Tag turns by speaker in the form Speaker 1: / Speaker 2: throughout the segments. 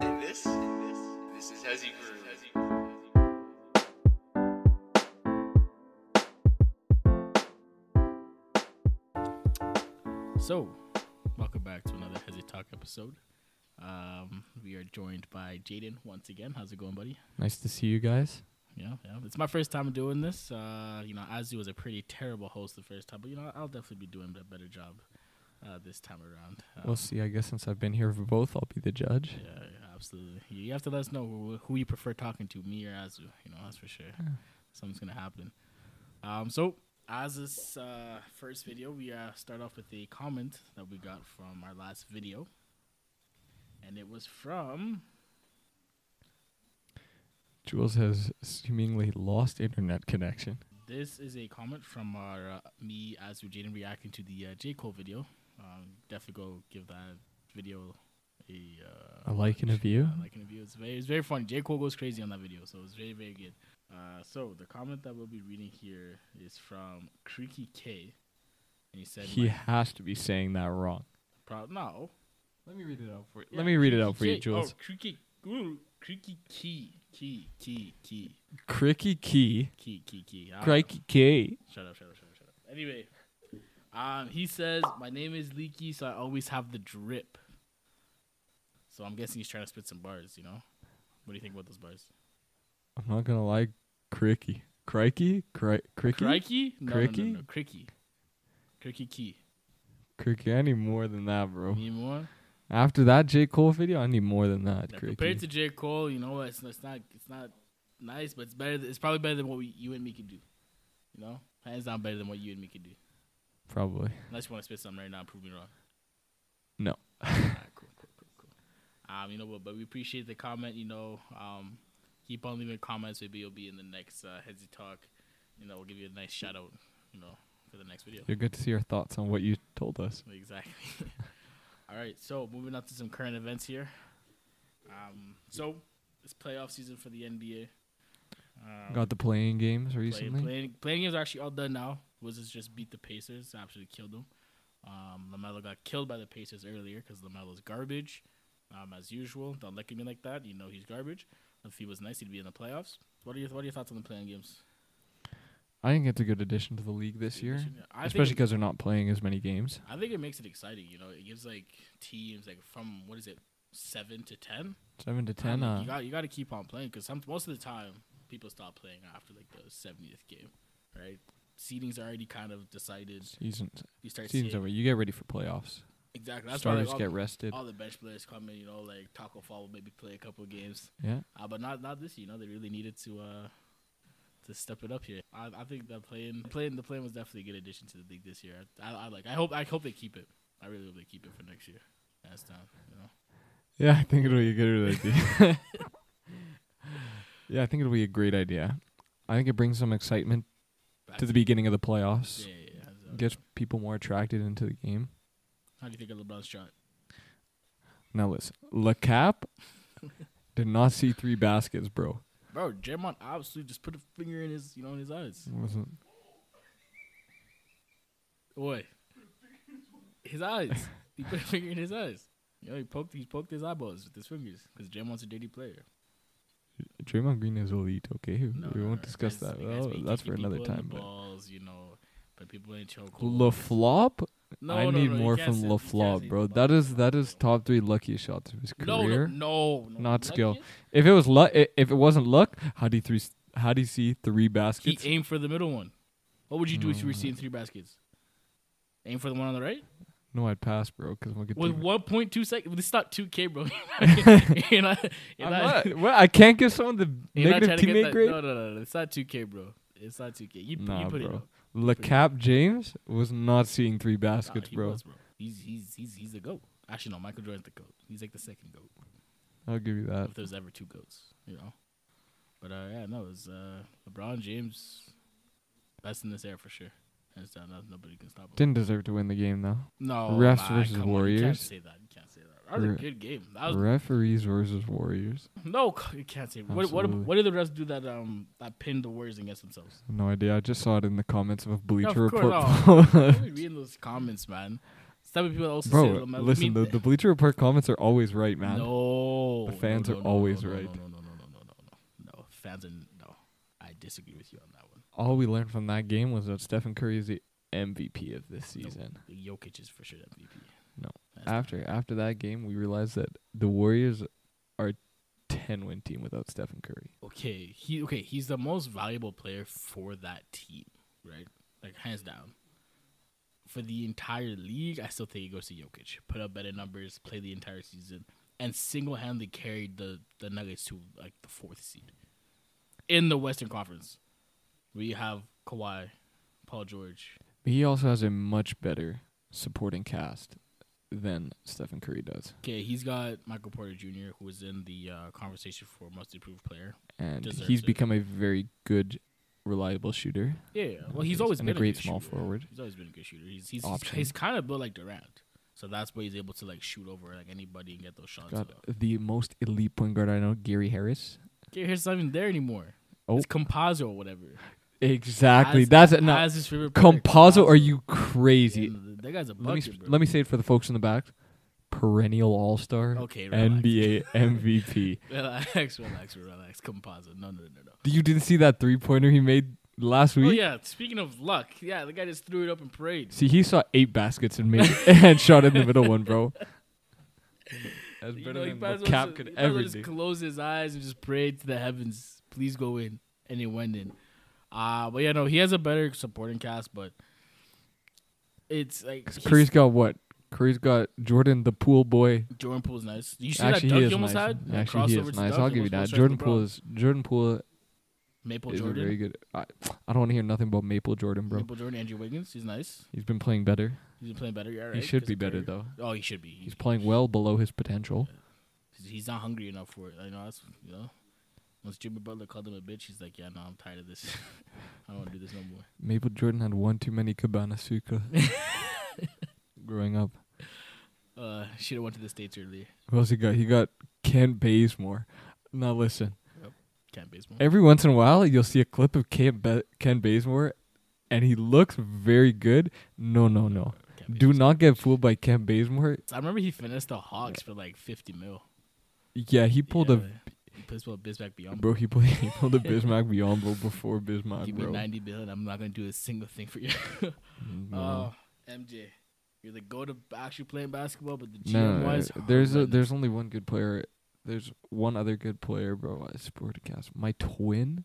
Speaker 1: this, and this, this is Hezzy Groove.
Speaker 2: So, welcome back to another Hezzy Talk episode. Um, we are joined by Jaden once again. How's it going, buddy?
Speaker 3: Nice to see you guys.
Speaker 2: Yeah, yeah. It's my first time doing this. Uh, you know, Azu was a pretty terrible host the first time, but you know, I'll definitely be doing a better job uh, this time around. Um,
Speaker 3: We'll see. I guess since I've been here for both, I'll be the judge.
Speaker 2: Yeah, yeah, absolutely. You you have to let us know who, who you prefer talking to, me or Azu. You know, that's for sure. Something's gonna happen. Um, so as this uh, first video, we uh, start off with a comment that we got from our last video, and it was from
Speaker 3: Jules has seemingly lost internet connection.
Speaker 2: This is a comment from our uh, me as we Jaden reacting to the uh, J Cole video. Um, definitely go give that video a uh,
Speaker 3: A like and a view.
Speaker 2: like and a view. It's very it's very funny. J Cole goes crazy on that video, so it's very very good. Uh, so the comment that we'll be reading here is from Creaky K, and he said,
Speaker 3: He
Speaker 2: my
Speaker 3: has to be saying that wrong.
Speaker 2: pro- "No,
Speaker 3: Let me read it out for you.
Speaker 2: Yeah,
Speaker 3: Let me read it out for
Speaker 2: Creaky
Speaker 3: you,
Speaker 2: K- Oh,
Speaker 3: Jules.
Speaker 2: Creaky, ooh, Creaky Key, Key, Key, Key,
Speaker 3: Cricky key.
Speaker 2: Key, Key, Key. I don't know.
Speaker 3: Crikey key.
Speaker 2: Shut up, shut up, shut up, shut up. Anyway, um, he says, My name is Leaky, so I always have the drip. So I'm guessing he's trying to spit some bars, you know? What do you think about those bars?
Speaker 3: I'm not gonna lie. Cricky. Crikey. Cri- cricky.
Speaker 2: Crikey? No, no,
Speaker 3: Cricky?
Speaker 2: no, no. Cricky. Cricky key.
Speaker 3: Cricky. I need more than that, bro.
Speaker 2: Need more?
Speaker 3: After that J Cole video, I need more than that.
Speaker 2: Yeah, compared
Speaker 3: Cricky.
Speaker 2: to J. Cole, you know what? It's, it's not it's not nice, but it's better. Th- it's probably better than what we, you and me could do. You know? Hands down better than what you and me could do.
Speaker 3: Probably.
Speaker 2: Unless you want to spit something right now and prove me wrong.
Speaker 3: No.
Speaker 2: Alright, cool, cool, cool, cool. Um, you know, but, but we appreciate the comment. You know, um, keep on leaving comments. Maybe you'll be in the next uh, Headsy Talk. You know, we'll give you a nice shout out. You know, for the next video.
Speaker 3: You're good to see your thoughts on what you told us.
Speaker 2: Exactly. All right, so moving on to some current events here. Um, so it's playoff season for the NBA. Um,
Speaker 3: Got the playing games
Speaker 2: play,
Speaker 3: recently.
Speaker 2: playing, playing games are actually all done now. Wizards just beat the Pacers, absolutely killed them. Um, Lamelo got killed by the Pacers earlier because Lamelo's garbage, um, as usual. Don't look at me like that. You know he's garbage. If he was nice, he'd be in the playoffs. What are your What are your thoughts on the playing games
Speaker 3: I think it's a good addition to the league this year.
Speaker 2: I
Speaker 3: especially
Speaker 2: think it,
Speaker 3: because they're not playing as many games.
Speaker 2: I think it makes it exciting. You know, it gives like teams like from what is it seven to ten.
Speaker 3: Seven to
Speaker 2: I
Speaker 3: ten.
Speaker 2: mean, you
Speaker 3: Uh,
Speaker 2: got you got to keep on playing because most of the time people stop playing after like the seventieth game, right? Seedings are already kind of decided.
Speaker 3: seasons
Speaker 2: You start
Speaker 3: seasons
Speaker 2: seeing-
Speaker 3: over. You get ready for playoffs.
Speaker 2: Exactly. That's
Speaker 3: Starters
Speaker 2: why like,
Speaker 3: get
Speaker 2: all,
Speaker 3: rested.
Speaker 2: all the bench players come in, you know, like Taco Fall will maybe play a couple of games.
Speaker 3: yeah,
Speaker 2: Uh, but not not this, year, you know, they really needed to uh to step it up here. I, I think that playing playing the plan was definitely a good addition to the league this year. I, I, like I hope I hope they keep it. I really hope they keep it for next year. That's time, you know.
Speaker 3: yeah. I think it'll be a good idea. yeah, I think it'll be a great idea. I think it brings some excitement
Speaker 2: Back
Speaker 3: to the beginning of the playoffs.
Speaker 2: Yeah, yeah, yeah. So,
Speaker 3: Gets people more attracted into the game.
Speaker 2: How do you think of LeBron's shot?
Speaker 3: Now listen, LeCap did not see three baskets, bro.
Speaker 2: Bro, Jermon obviously just put a finger in his you know in his eyes.
Speaker 3: Wasn't
Speaker 2: Boy. His eyes. He put a finger in his eyes. You know, he poked he poked his eyeballs with his fingers because Jermon's a dirty player.
Speaker 3: Draymond Green is elite. Okay, we
Speaker 2: No,
Speaker 3: we
Speaker 2: no,
Speaker 3: won't
Speaker 2: no.
Speaker 3: discuss
Speaker 2: That's-
Speaker 3: that.
Speaker 2: uh, I guess
Speaker 3: Oh,
Speaker 2: we
Speaker 3: that's
Speaker 2: keep
Speaker 3: for another
Speaker 2: people in
Speaker 3: time.
Speaker 2: The
Speaker 3: But
Speaker 2: balls, you know, but people in chokehold.
Speaker 3: La Flop
Speaker 2: No,
Speaker 3: I
Speaker 2: no,
Speaker 3: need
Speaker 2: no, you
Speaker 3: more
Speaker 2: can't
Speaker 3: from
Speaker 2: say- you can't
Speaker 3: LaFleur,
Speaker 2: say
Speaker 3: bro.
Speaker 2: the
Speaker 3: That
Speaker 2: balls.
Speaker 3: is that is top three luckiest shots of his
Speaker 2: no, no,
Speaker 3: career.
Speaker 2: no, no,
Speaker 3: not
Speaker 2: lucky
Speaker 3: skill.
Speaker 2: is-
Speaker 3: If it was luck, if it wasn't luck, how do you three? How do you see three
Speaker 2: He
Speaker 3: baskets?
Speaker 2: aimed for the middle one. What would you do if you
Speaker 3: Mm.
Speaker 2: were seeing three baskets? Aim for the one on the right
Speaker 3: No, I'd pass, bro, because I'm gonna get.
Speaker 2: with
Speaker 3: too-
Speaker 2: 1.2 seconds. This is not 2K, bro. you're not, you're
Speaker 3: I'm
Speaker 2: not-
Speaker 3: not, well, I can't give someone the
Speaker 2: you're not
Speaker 3: negative
Speaker 2: trying to get
Speaker 3: teammate
Speaker 2: that.
Speaker 3: grade.
Speaker 2: No, no, no, no, it's not 2K, bro. It's not 2K. You,
Speaker 3: nah,
Speaker 2: you put it.
Speaker 3: bro.
Speaker 2: up.
Speaker 3: LeCap James was not seeing three
Speaker 2: Nah,
Speaker 3: baskets,
Speaker 2: he
Speaker 3: bro.
Speaker 2: was, He's he's he's he's the goat. Actually, no, Michael Jordan's the goat. He's like the second goat.
Speaker 3: I'll give you that.
Speaker 2: if there's ever two goats, you know. But uh, yeah, no, it's uh, LeBron James, best in this era for sure. Hands down, no- nobody can stop him.
Speaker 3: Didn't deserve to win the game though.
Speaker 2: no,
Speaker 3: refs
Speaker 2: ah,
Speaker 3: versus
Speaker 2: come On, you can't
Speaker 3: Warriors.
Speaker 2: say that. You can't say that. That was
Speaker 3: Re-
Speaker 2: a good game. That was
Speaker 3: Referees versus Warriors.
Speaker 2: no. You can't say. What, what?
Speaker 3: Absolutely.
Speaker 2: What did the refs do that? Um, that pinned the Warriors against themselves.
Speaker 3: No idea. I just saw it in the comments of a Bleacher
Speaker 2: of course,
Speaker 3: Report.
Speaker 2: no. Don't be reading those comments, man. It's type of people that also say
Speaker 3: Bro,
Speaker 2: LaMelo. I
Speaker 3: listen,
Speaker 2: mean,
Speaker 3: the, the Bleacher Report comments are always right, man.
Speaker 2: no,
Speaker 3: The fans
Speaker 2: no,
Speaker 3: are
Speaker 2: no, no,
Speaker 3: always
Speaker 2: no, no,
Speaker 3: right.
Speaker 2: No, no, no, no, no, no, no, no. Fans are no. I disagree with you on that one.
Speaker 3: All we learned from that game was that Stephen Curry is the MVP of this season.
Speaker 2: Jokic is for sure MVP.
Speaker 3: No.
Speaker 2: That's not-
Speaker 3: After after that game, we realized that the Warriors are a 10 win team without Stephen Curry.
Speaker 2: okay, he okay, he's the most valuable player for that team, right? Like hands down. For the entire league, I still think he goes to Jokic. Put up better numbers, play the entire season, and single handedly carried the, the Nuggets to like the fourth seed. In the Western Conference. We have Kawhi, Paul George.
Speaker 3: But he also has a much better supporting cast than Stephen Curry does.
Speaker 2: Okay, he's got Michael Porter Jr., who was in the uh, conversation for most improved player.
Speaker 3: And
Speaker 2: Deserves
Speaker 3: he's
Speaker 2: it.
Speaker 3: become a very good, reliable shooter.
Speaker 2: Yeah, well, he's
Speaker 3: He's
Speaker 2: always
Speaker 3: and
Speaker 2: been
Speaker 3: a great
Speaker 2: good
Speaker 3: small
Speaker 2: shooter.
Speaker 3: forward.
Speaker 2: He's always been a good shooter. He's he's he's,
Speaker 3: Option.
Speaker 2: he's kind of built like Durant, so that's why he's able to like shoot over like anybody and get those shots.
Speaker 3: Got
Speaker 2: off.
Speaker 3: the most elite point guard I know, Gary Harris.
Speaker 2: Okay, here's not even there anymore.
Speaker 3: Oh.
Speaker 2: It's Composo or whatever.
Speaker 3: Exactly.
Speaker 2: As-
Speaker 3: That's it. Now,
Speaker 2: as his favorite player,
Speaker 3: Composo, are you
Speaker 2: Yeah,
Speaker 3: crazy?
Speaker 2: That guy's a bucket,
Speaker 3: let me
Speaker 2: bro.
Speaker 3: sp- let me say it for the folks in the back. Perennial All Star,
Speaker 2: Okay, relax.
Speaker 3: NBA MVP.
Speaker 2: relax, relax, relax. Composo, no, no, no, no.
Speaker 3: You didn't see that three pointer he made last
Speaker 2: Oh
Speaker 3: week?
Speaker 2: yeah, speaking of luck, yeah, the guy just threw it up in parade.
Speaker 3: See, he saw eight baskets and made and shot in the middle one, bro. That's
Speaker 2: You
Speaker 3: better
Speaker 2: know, he
Speaker 3: than
Speaker 2: might as well
Speaker 3: what Cap
Speaker 2: just-
Speaker 3: could
Speaker 2: he might as
Speaker 3: ever
Speaker 2: well just
Speaker 3: do.
Speaker 2: close his eyes and just pray to the heavens, please go in, and it went in. Uh but yeah, no, he has a better supporting cast, but it's like
Speaker 3: 'Cause
Speaker 2: he's-
Speaker 3: Curry's got what? Curry's got Jordan, the pool boy.
Speaker 2: Jordan Poole's nice. You see that
Speaker 3: Actually,
Speaker 2: dunk
Speaker 3: he
Speaker 2: he
Speaker 3: is
Speaker 2: almost
Speaker 3: nice.
Speaker 2: had? That
Speaker 3: Actually, he
Speaker 2: crossover
Speaker 3: is
Speaker 2: to
Speaker 3: nice.
Speaker 2: dunk,
Speaker 3: I'll
Speaker 2: he
Speaker 3: give you that.
Speaker 2: almost
Speaker 3: Jordan
Speaker 2: strikes
Speaker 3: Poole
Speaker 2: LeBron.
Speaker 3: is Jordan Poole
Speaker 2: Maple
Speaker 3: is a
Speaker 2: Jordan,
Speaker 3: very good. I, I don't want to hear nothing about Maple Jordan, bro.
Speaker 2: Maple Jordan, Andrew Wiggins. He's nice.
Speaker 3: He's been playing better.
Speaker 2: He's been playing better. Yeah, right,
Speaker 3: he should
Speaker 2: 'cause
Speaker 3: be
Speaker 2: of
Speaker 3: better
Speaker 2: Curry.
Speaker 3: though.
Speaker 2: Oh, he should be. He-
Speaker 3: He's playing well below his potential.
Speaker 2: he's not hungry enough for it. I know that's you know. Once Jimmy Butler called him a bitch, he's like, "Yeah, no, I'm tired of this. I don't want to do this no more."
Speaker 3: Maple Jordan had one too many Cabana Sucre growing up.
Speaker 2: Uh, should have went to the states earlier.
Speaker 3: Who else he got? He got Kent Bazemore. Now listen,
Speaker 2: Can't baseball.
Speaker 3: every once in a while you'll see a clip of Kent Ba Ken Bazemore, and he looks very good. No, no, no.
Speaker 2: Can't
Speaker 3: Do
Speaker 2: Bazemore.
Speaker 3: not get fooled by Kent Bazemore.
Speaker 2: I remember he finished the Hawks for like fifty mil.
Speaker 3: Yeah, he pulled a
Speaker 2: Baseball Bismack beyond.
Speaker 3: Bro, he played he pulled a Bismack Biombo before Bismack,
Speaker 2: Give me
Speaker 3: bro. Mm.
Speaker 2: ninety bill, and I'm not gonna do a single thing for you.
Speaker 3: No,
Speaker 2: Oh, MJ, you're the go to actually playing basketball, but the GM
Speaker 3: no, no,
Speaker 2: wise,
Speaker 3: there's a,
Speaker 2: horrendous.
Speaker 3: there's only one good player. There's one other good player, bro. I supported cast. My twin,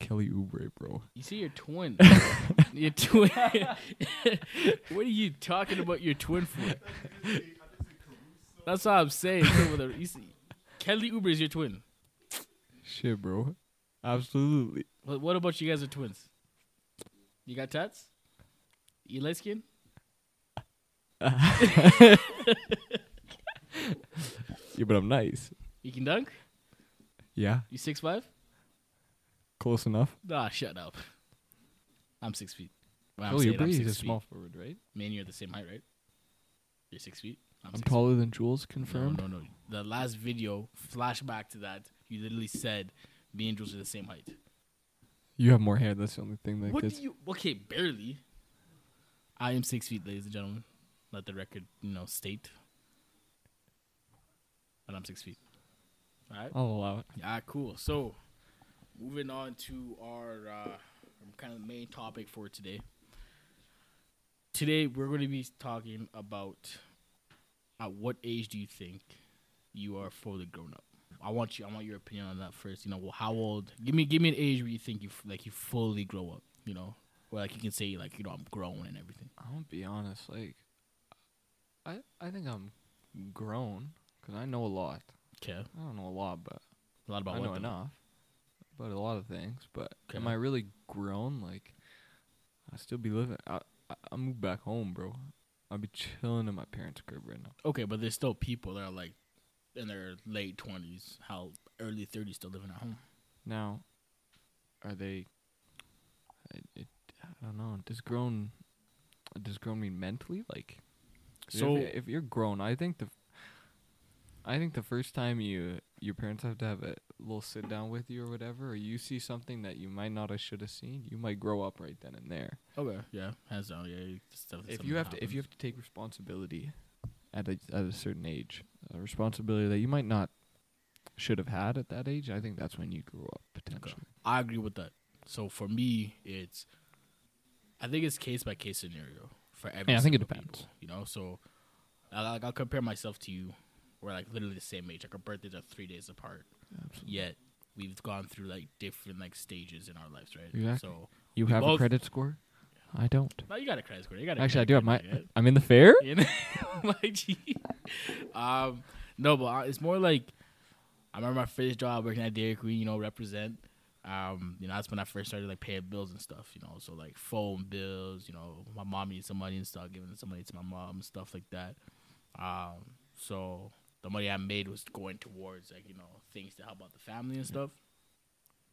Speaker 3: Kelly Oubre, bro.
Speaker 2: You see your twin. your twin. what are you talking about your twin for? That's what I'm saying. bro, with a- you see- Kelly Uber is your twin.
Speaker 3: Shit, bro. Absolutely.
Speaker 2: What, what about you guys are twins? You got tats? You light skin?
Speaker 3: Yeah, but I'm nice.
Speaker 2: You can dunk?
Speaker 3: Yeah,
Speaker 2: You six five?
Speaker 3: close enough.
Speaker 2: Nah, shut up. I'm six feet. Well, I'm
Speaker 3: Kelly
Speaker 2: saying I'm
Speaker 3: Oubre Oh, is
Speaker 2: six
Speaker 3: a
Speaker 2: feet.
Speaker 3: small forward, right?
Speaker 2: Man, you're the same height, right? You're six feet.
Speaker 3: I'm
Speaker 2: six
Speaker 3: taller than Jules,
Speaker 2: No,
Speaker 3: confirmed.
Speaker 2: no, no. The last video, flashback to that, you literally said me and Jules are the same height.
Speaker 3: You have more hair. That's the only thing that
Speaker 2: what do
Speaker 3: gets.
Speaker 2: you? Okay, barely. I am six feet, ladies and gentlemen. Let the record, you know, state. But I'm six feet. All right.
Speaker 3: I'll allow it.
Speaker 2: Ah, cool. So, moving on to our uh, kind of main topic for today. Today we're going to be talking about at what age do you think you are fully grown up? I want you. I want your opinion on that first. You know, well, how old? Give me, give me an age where you think you f- like you fully grow up. You know, where like you can say like you know I'm grown and everything.
Speaker 3: I'll be honest. Like, I I think I'm grown because I know a lot.
Speaker 2: Okay,
Speaker 3: I don't know a lot, but
Speaker 2: a lot about
Speaker 3: I
Speaker 2: what
Speaker 3: know
Speaker 2: though?
Speaker 3: enough about a lot of things, but am
Speaker 2: Okay.
Speaker 3: I really grown? Like, I still be living. I I, I moved back home, bro. I'll be chilling in my parents' crib right now.
Speaker 2: Okay, but there's still people that are like in their late twenties, how early thirties, still living at home.
Speaker 3: Now, are they? I, it, I don't know. Does grown? Does grown mean mentally? Like, 'cause
Speaker 2: So-
Speaker 3: if, if you're grown, I think the. I think the first time you your parents have to have a little sit down with you or whatever, or you see something that you might not have should have seen, you might grow up right then and there.
Speaker 2: Okay. Yeah. Hands down. Yeah. you- Stuff
Speaker 3: if you have to, if you have to take responsibility at a at a certain age, a responsibility that you might not should have had at that age, I think that's when you grow up potentially.
Speaker 2: I agree with that. So for me, it's I think it's case by case scenario for every.
Speaker 3: Yeah, I think
Speaker 2: single
Speaker 3: it depends.
Speaker 2: people, you know, so I- like I'll compare myself to you. We're like literally the same age. Like our birthdays are three days apart.
Speaker 3: Absolutely.
Speaker 2: Yet we've gone through like different like stages in our lives, right?
Speaker 3: Exactly.
Speaker 2: So
Speaker 3: You
Speaker 2: We
Speaker 3: have a
Speaker 2: both-
Speaker 3: credit score? I don't.
Speaker 2: now you got a credit score. You got a
Speaker 3: Actually, I
Speaker 2: credit
Speaker 3: do have my.
Speaker 2: card, right?
Speaker 3: I'm in the fair.
Speaker 2: you know, like, gee. um, no, but uh, it's more like I remember my first job working at Dairy Queen. You know, represent. Um, you know, that's when I first started like paying bills and stuff. You know, so like phone bills. You know, my mom needs some money and stuff, giving some money to my mom and stuff like that. Um, so the money I made was going towards like you know things to help out the family and stuff.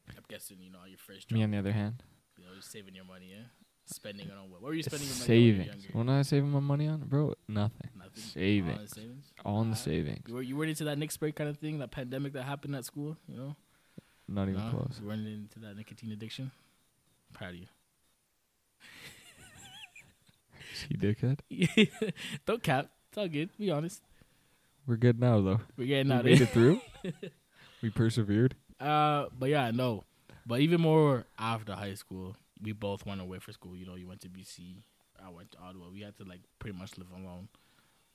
Speaker 2: I'm guessing you know your first job,
Speaker 3: Me on the other hand,
Speaker 2: you know, you're saving your money, yeah, spending it on what? What were you spending your money on when you were
Speaker 3: savings.
Speaker 2: younger?
Speaker 3: When I saving my money on, bro, nothing.
Speaker 2: Nothing?
Speaker 3: Saving.
Speaker 2: All in savings.
Speaker 3: All in the
Speaker 2: Alright.
Speaker 3: savings.
Speaker 2: You were you weren't into that Nick break kind of thing, that pandemic that happened at school, you know?
Speaker 3: Not even
Speaker 2: No?
Speaker 3: close.
Speaker 2: You weren't into that nicotine addiction. Proud of
Speaker 3: You dickhead.
Speaker 2: you. Don't cap. It's all good. Be honest.
Speaker 3: We're good now though.
Speaker 2: We're getting
Speaker 3: we
Speaker 2: out of
Speaker 3: made it through. we persevered.
Speaker 2: Uh, but yeah, no. But even more after high school, we both went away for school. You know, you went to BC, I went to Ottawa. We had to like pretty much live alone.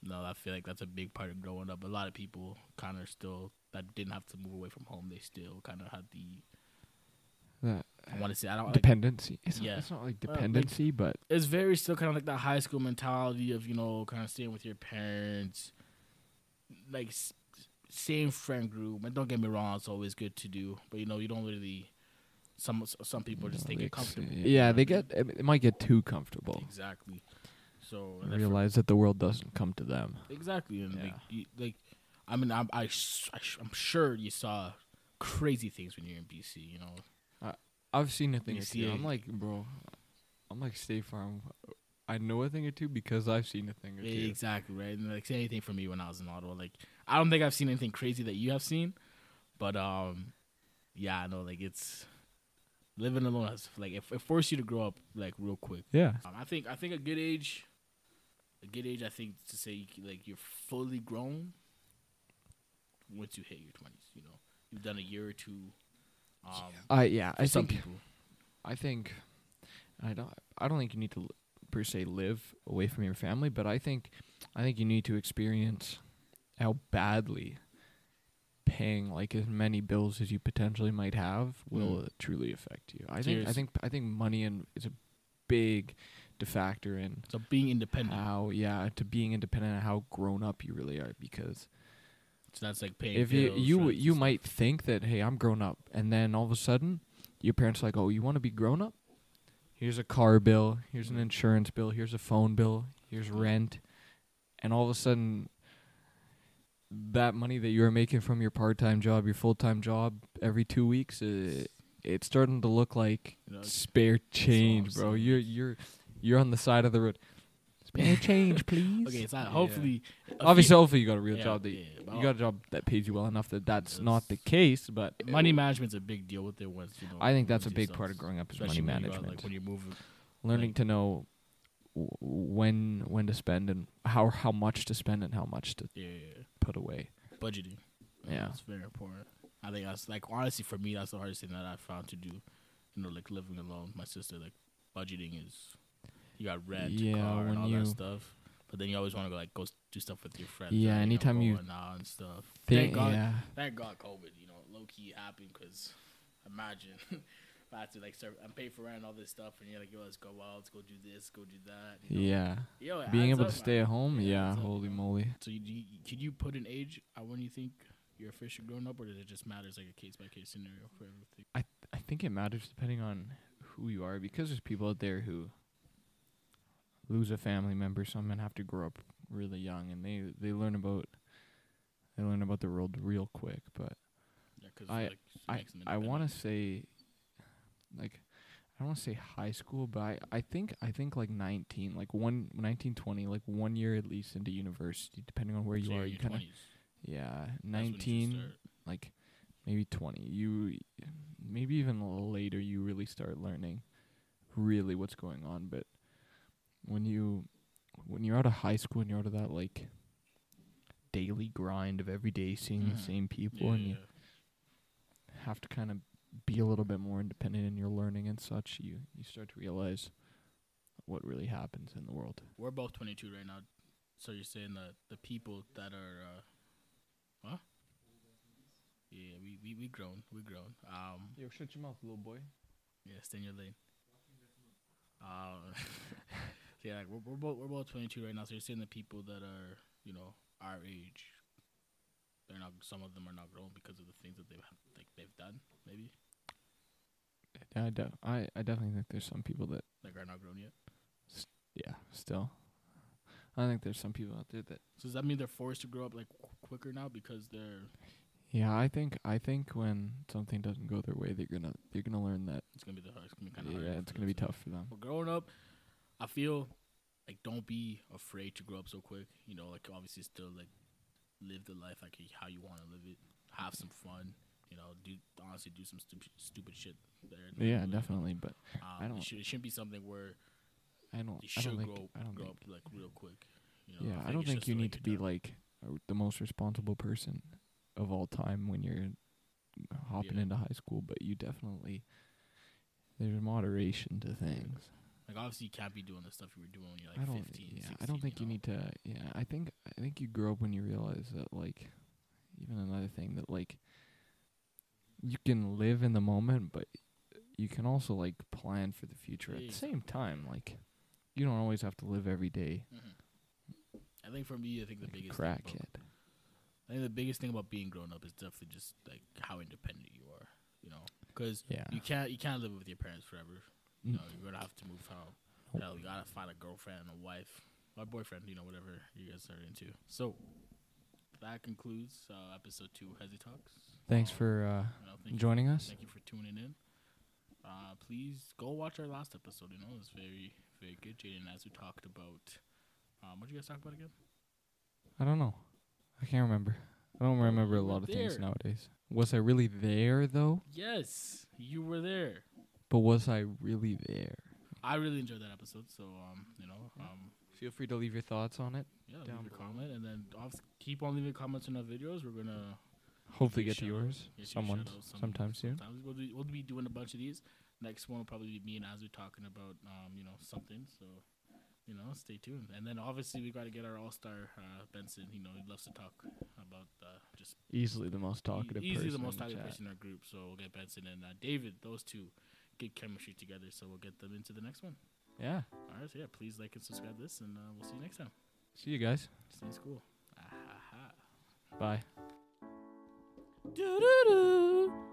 Speaker 2: No, I feel like that's a big part of growing up. A lot of people kind of still that didn't have to move away from home. They still kind of had the
Speaker 3: That
Speaker 2: I want to say I don't like,
Speaker 3: dependency. It's,
Speaker 2: Yeah.
Speaker 3: not, it's not like
Speaker 2: Well, like-
Speaker 3: dependency, but
Speaker 2: it's very still kind of like that high school mentality of you know kind of staying with your parents like s- same friend group and don't get me wrong it's always good to do but you know you don't really some some people just
Speaker 3: you
Speaker 2: think
Speaker 3: know,
Speaker 2: it
Speaker 3: it's-
Speaker 2: comfortable you know
Speaker 3: Yeah,
Speaker 2: what
Speaker 3: they
Speaker 2: I mean?
Speaker 3: get it, it might get too comfortable.
Speaker 2: exactly so
Speaker 3: And
Speaker 2: and then for-
Speaker 3: realize that the world doesn't come to them.
Speaker 2: exactly and like,
Speaker 3: Yeah.
Speaker 2: you, like i mean I'm, I, s- I am sure you saw crazy things when you're in bc you know
Speaker 3: I've seen a thing
Speaker 2: You
Speaker 3: or
Speaker 2: see
Speaker 3: two. I'm
Speaker 2: it.
Speaker 3: like, bro, I'm like State Farm. I know a thing or two because I've seen a thing or two.
Speaker 2: Exactly right. And like say anything for me when I was in Ottawa. Like I don't think I've seen anything crazy that you have seen, but um, yeah, I know like it's living alone has like it, it forced you to grow up like real quick.
Speaker 3: Yeah.
Speaker 2: Um, I think I think a good age, a good age I think to say like you're fully grown once you hit your twenties. You know, you've done a year or two. Um,
Speaker 3: I yeah.
Speaker 2: for
Speaker 3: I
Speaker 2: some
Speaker 3: think
Speaker 2: people.
Speaker 3: I think I don't I don't think you need to l- per se live away from your family, but I think I think you need to experience how badly paying like as many bills as you potentially might have will truly affect you. I think I
Speaker 2: Serious.
Speaker 3: think I think money and is a big de factor in
Speaker 2: So being independent,
Speaker 3: how yeah to being independent and how grown up you really are because
Speaker 2: so that's like paying.
Speaker 3: if you
Speaker 2: bills,
Speaker 3: you
Speaker 2: rent,
Speaker 3: you
Speaker 2: stuff.
Speaker 3: might think that hey I'm grown up and then all of a sudden your parents are like oh you want to be grown up here's a car bill here's an
Speaker 2: Mm.
Speaker 3: insurance bill here's a phone bill here's rent and all of a sudden that money that you were making from your part-time job your full-time job every 2 weeks uh, it's starting to look like
Speaker 2: You know,
Speaker 3: spare change bro
Speaker 2: awesome.
Speaker 3: you're you're you're on the side of the road spare change please
Speaker 2: okay, it's not.
Speaker 3: Yeah.
Speaker 2: Hopefully, a few-
Speaker 3: Obviously, hopefully you got a real
Speaker 2: Yeah,
Speaker 3: job that
Speaker 2: yeah, but
Speaker 3: you got a job that pays you well enough that that's
Speaker 2: Yes.
Speaker 3: not the case. But
Speaker 2: money management's a big deal with it once you know.
Speaker 3: I think
Speaker 2: you
Speaker 3: that's a
Speaker 2: move
Speaker 3: big
Speaker 2: yourself,
Speaker 3: part of growing up is money
Speaker 2: especially when you got,
Speaker 3: management,
Speaker 2: Like when you're moving,
Speaker 3: learning
Speaker 2: like-
Speaker 3: to know w- when when to spend and how how much to spend and how much to
Speaker 2: yeah, yeah, yeah.
Speaker 3: put away.
Speaker 2: budgeting.
Speaker 3: Yeah.
Speaker 2: it's very important. I think that's like honestly for me, that's the hardest thing that I found to do. You know, like living alone, my sister, like budgeting is. You got rent,
Speaker 3: Yeah,
Speaker 2: car,
Speaker 3: when
Speaker 2: and all
Speaker 3: you-
Speaker 2: that stuff. But then you always want to go like go s- do stuff with your friends.
Speaker 3: Yeah,
Speaker 2: right?
Speaker 3: anytime
Speaker 2: you,
Speaker 3: you
Speaker 2: know, going out and stuff.
Speaker 3: Think,
Speaker 2: thank God,
Speaker 3: yeah,
Speaker 2: thank God, COVID. You know, low key happened because imagine if I had to like start. I'm paying for rent and all this stuff, and you're like, yo, let's go out, let's go do this, go do that. you know?
Speaker 3: yeah.
Speaker 2: Yo, it
Speaker 3: Being
Speaker 2: adds
Speaker 3: able
Speaker 2: up,
Speaker 3: to stay
Speaker 2: man.
Speaker 3: at home,
Speaker 2: Yeah,
Speaker 3: yeah.
Speaker 2: adds up,
Speaker 3: holy
Speaker 2: you know?
Speaker 3: moly.
Speaker 2: So, you, do you, could you put an age uh, when you think you're officially grown up, or does it just matters like a case by case scenario for everything?
Speaker 3: I think it matters depending on who you are because there's people out there who lose a family member, some men have to grow up really young and they, they learn about they learn about the world real quick. But
Speaker 2: Yeah, cause
Speaker 3: I-
Speaker 2: like, it
Speaker 3: I
Speaker 2: makes them
Speaker 3: I wanna
Speaker 2: independent.
Speaker 3: say like I don't wanna say high school, but I, I think I think like nineteen, like one nineteen twenty, like one year at least into university, depending on where
Speaker 2: So
Speaker 3: you
Speaker 2: you're
Speaker 3: are,
Speaker 2: in
Speaker 3: you
Speaker 2: your
Speaker 3: kinda
Speaker 2: 20s.
Speaker 3: yeah,
Speaker 2: That's when you should
Speaker 3: nineteen,
Speaker 2: start.
Speaker 3: like maybe twenty. You maybe even later you really start learning really what's going on. But when you when you're out of high school and you're out of that like daily grind of every day seeing
Speaker 2: Mhm.
Speaker 3: the same people
Speaker 2: Yeah,
Speaker 3: and you have to kind of be a little bit more independent in your learning and such, you you start to realize what really happens in the world.
Speaker 2: we're both 22 right now, so you're saying that the people that are, uh, huh? Yeah, we, we we grown, we grown. Um,
Speaker 3: Yo, shut your mouth, little boy.
Speaker 2: yeah, stay in your lane. Uh, so yeah, like we're, we're both we're both 22 right now, so you're saying the people that are you know our age, they're not. Some of them are not grown because of the things that they've like they've done, maybe
Speaker 3: I, de- I I definitely think there's some people that
Speaker 2: like are not grown yet.
Speaker 3: yeah still. I think there's some people out there that
Speaker 2: So does that mean they're forced to grow up like qu- quicker now because they're
Speaker 3: yeah I think I think when something doesn't go their way they're gonna they're gonna learn that
Speaker 2: it's gonna be the hard, it's gonna be kind of
Speaker 3: yeah it's gonna be tough for them
Speaker 2: But growing up, I feel like don't be afraid to grow up so quick. You know, like obviously still like live the life like how you want to live it. Have some fun. You know, do honestly do some stupid stupid shit there. in the
Speaker 3: yeah
Speaker 2: middle, you know?
Speaker 3: definitely but
Speaker 2: Um,
Speaker 3: I don't-
Speaker 2: It, should, it shouldn't be something where
Speaker 3: I don't
Speaker 2: you
Speaker 3: I
Speaker 2: should
Speaker 3: don't think
Speaker 2: grow
Speaker 3: I don't
Speaker 2: grow
Speaker 3: think
Speaker 2: up like real quick. You know,
Speaker 3: yeah I don't
Speaker 2: it's
Speaker 3: think
Speaker 2: just
Speaker 3: you
Speaker 2: the way
Speaker 3: need to
Speaker 2: you're
Speaker 3: be
Speaker 2: done.
Speaker 3: like a, the most responsible person of all time when you're hopping
Speaker 2: Yeah.
Speaker 3: into high school but you definitely there's moderation to things
Speaker 2: like obviously you can't be doing the stuff you were doing when you're like
Speaker 3: I don't.
Speaker 2: 15.
Speaker 3: yeah,
Speaker 2: 16,
Speaker 3: I don't think you,
Speaker 2: know?
Speaker 3: need to. Yeah, I think I think you grow up when you realize that like, even another thing that like, you can live in the moment, but you can also like plan for the future at
Speaker 2: Yeah,
Speaker 3: the same time. Like, you don't always have to live every day
Speaker 2: Mhm. I think for me, I think the
Speaker 3: like a
Speaker 2: biggest thing about-
Speaker 3: crackhead.
Speaker 2: I think the biggest thing about being grown up is definitely just like how independent you are, you know, because
Speaker 3: Yeah.
Speaker 2: you can't you can't live with your parents forever. You
Speaker 3: Mm.
Speaker 2: know, you're gonna have to move out. Hell, you gotta find a girlfriend, a wife, or boyfriend, you know, whatever you guys are into. So that concludes uh, episode two, Hezzy Talks.
Speaker 3: Thanks
Speaker 2: Um,
Speaker 3: for
Speaker 2: you know,
Speaker 3: uh,
Speaker 2: thank you,
Speaker 3: joining us.
Speaker 2: thank you for tuning in. Uh, please go watch our last episode. You know, it was very very good. Jaden and as we talked about, um, what did you guys talk about again?
Speaker 3: I don't know. I can't remember. I don't remember a
Speaker 2: you were
Speaker 3: lot of things
Speaker 2: there.
Speaker 3: nowadays. Was I really there though?
Speaker 2: Yes, you were there.
Speaker 3: But was I really there?
Speaker 2: I really enjoyed that episode. So um, you know, um,
Speaker 3: Feel free to leave your thoughts on it.
Speaker 2: yeah,
Speaker 3: Down
Speaker 2: leave your
Speaker 3: below.
Speaker 2: comment, and then obvi- keep on leaving comments on our videos. We're gonna
Speaker 3: Hopefully
Speaker 2: you
Speaker 3: get to
Speaker 2: shout out.
Speaker 3: yours.
Speaker 2: get you
Speaker 3: Someone
Speaker 2: shout out some-
Speaker 3: sometime soon.
Speaker 2: sometimes we'll, do, we'll be doing a bunch of these. Next one will probably be me and Azu talking about um, you know, something. So you know, stay tuned. And then obviously we got to get our all star uh, Benson. You know, he loves to talk about uh, just
Speaker 3: Easily the most talkative
Speaker 2: e- easily
Speaker 3: person.
Speaker 2: the most
Speaker 3: in
Speaker 2: talkative
Speaker 3: chat.
Speaker 2: person in our group. So we'll get Benson and uh, David. Those two good chemistry together. So we'll get them into the next one.
Speaker 3: Yeah.
Speaker 2: All right, so yeah, please like and subscribe to this, and uh, we'll see you next time.
Speaker 3: See you guys.
Speaker 2: Stay in school. Ah, ha, ha.
Speaker 3: Bye.
Speaker 2: Doo-doo-doo.